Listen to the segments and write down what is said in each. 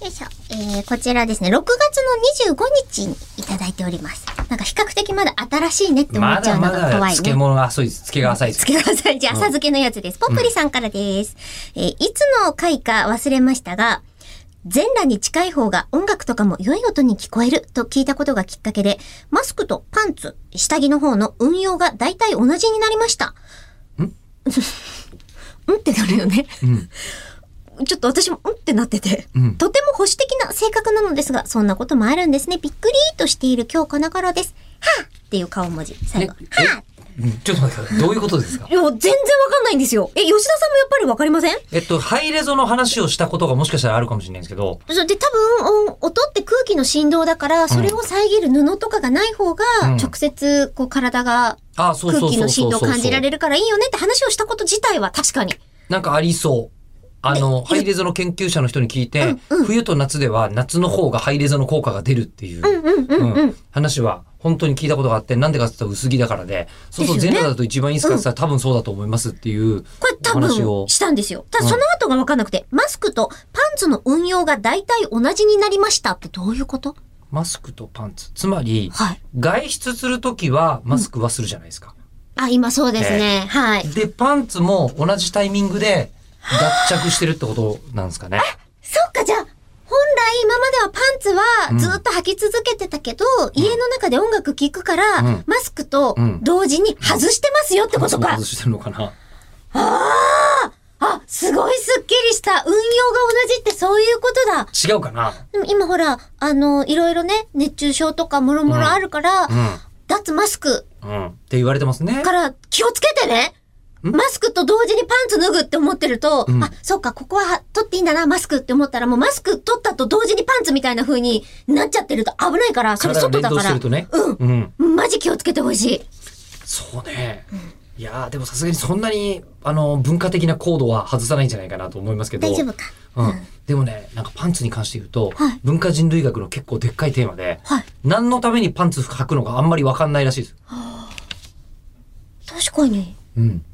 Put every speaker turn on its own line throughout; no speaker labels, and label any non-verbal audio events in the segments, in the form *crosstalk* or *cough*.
よいしょ。えー、こちらですね、6月の25日にいただいております。なんか比較的まだ新しいねって思
ま
っちゃ
だ
うの
ま
が怖いね。
だ漬物が浅いです。漬けが浅いです
つ。けなさい。じゃあ、浅漬けのやつです。ポップリさんからです。えーいつの回か忘れましたが、全裸に近い方が音楽とかも良い音に聞こえると聞いたことがきっかけで、マスクとパンツ、下着の方の運用が大体同じになりま *laughs* した。
ん
うんってなるよね。
うん。
ちょっと私もうんってなってて、
うん
とても保守的な性格なのですが、そんなこともあるんですね。びっくりとしている今日この頃です。はぁっていう顔文字、最後。
ね
はぁ
うんちょっと待ってください。どういうことですか *laughs*
いや、全然わかんないんですよ。え、吉田さんもやっぱりわかりません
えっと、ハイレゾの話をしたことがもしかしたらあるかもしれないんですけど、
そうで、多分、お音って空気の振動だから、それを遮る布とかがない方が
うん、
直接、こう、体が
あそう
空
そうそうそう
気の振動を感じられ
る。
るからいいよねって話をしたこと自体は確かに。
なんかありそう。あの、ハイレゾの研究者の人に聞いて、
うんうん
冬と夏では夏の方がハイレゾの効果が出るっていう。
うんうんうんう。
うんん話は本当に聞いたことがあって、なんでかって言ったら薄着だからで、そうすると
です
全
よね
裸だと一番いいですかって言ったら多分そうだと思いますっていう
これ
お
多
話を
分、。したんですよ。ただ、
うん
その後がわかんなくて、マスクとパンツの運用が大体同じになりましたってどういうこと
マスクとパンツ。つまり、
はい。
外出するときはマスクはするじゃないですか。
あ、今そうですね。はい。
で、パンツも同じタイミングで脱着してるってことなんですかね。
そっか、じゃあ、本来今まではパンツ
うん
はずっと履き続けてたけど、家の中で音楽聴くから、
うん
マスクと
うん
同時に外してますよって
パ
こ
ンツ
と
も
か
外。してるのかな。
あ、すごいすっきりした。運用が同じってそういうことだ。
違うかな。
でも今ほら、あの、いろいろね、熱中症とかもろもろあるから、
う
脱マスク
ん。うん。って言われてますね。
から気をつけてね。
ん
マスクと同時にパンツ脱ぐって思ってると、
うん
あ、そうか、ここは取っていいんだな、マスクって思ったら、もうマスク取ったと同時にパンツみたいな風になっちゃってると危ないから、それ
体が
外
連
だ
動
か
して
ら
る。とね。
うん。
うん。
マジ気をつけてほしい。
そうね。いやー、でもさすがにそんなに、あの、文化的なコードは外さないんじゃないかなと思いますけど。
大丈夫か。
うん。でもね、なんかパンツに関して言うと、
はい
文化人類学の結構でっかいテーマで、
はい。
何のためにパンツ履くのかあんまりわかんないらしいです。
確かに。
うん。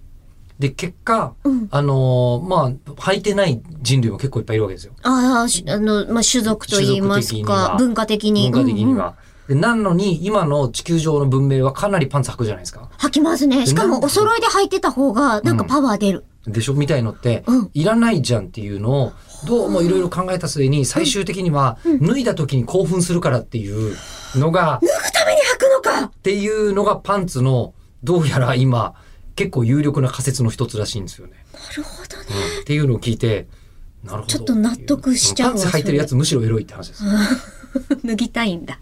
で、結果、
うん
あのーまあ、履いてない人類も結構いっぱいいるわけですよ。
ああ、しあの、まあ、種族と言います
種族的に
か
は、
文化的に。
文化的に
うんうん
は。でなのに、今の地球上の文明はかなりパンツ履くじゃないですか。
履きますね。しか
なん
も、
か
お揃いで履いてた方が、なんかパワー出る。
でしょみたいのって、
うん
いらないじゃんっていうのを、どうもいろいろ考えた末に、最終的には、脱いだ時に興奮するからっていうのが、
脱ぐために履くのか
っていうのがパンツのどうやら今結構有力な仮説の一つらしいんですよね。
なるほど *laughs* ね。
うんっていうのを聞いてなるほど
ちょっと納得しちゃうわ
パンツ履いてるやつむしろエロいって話です。
脱ぎたいんだ。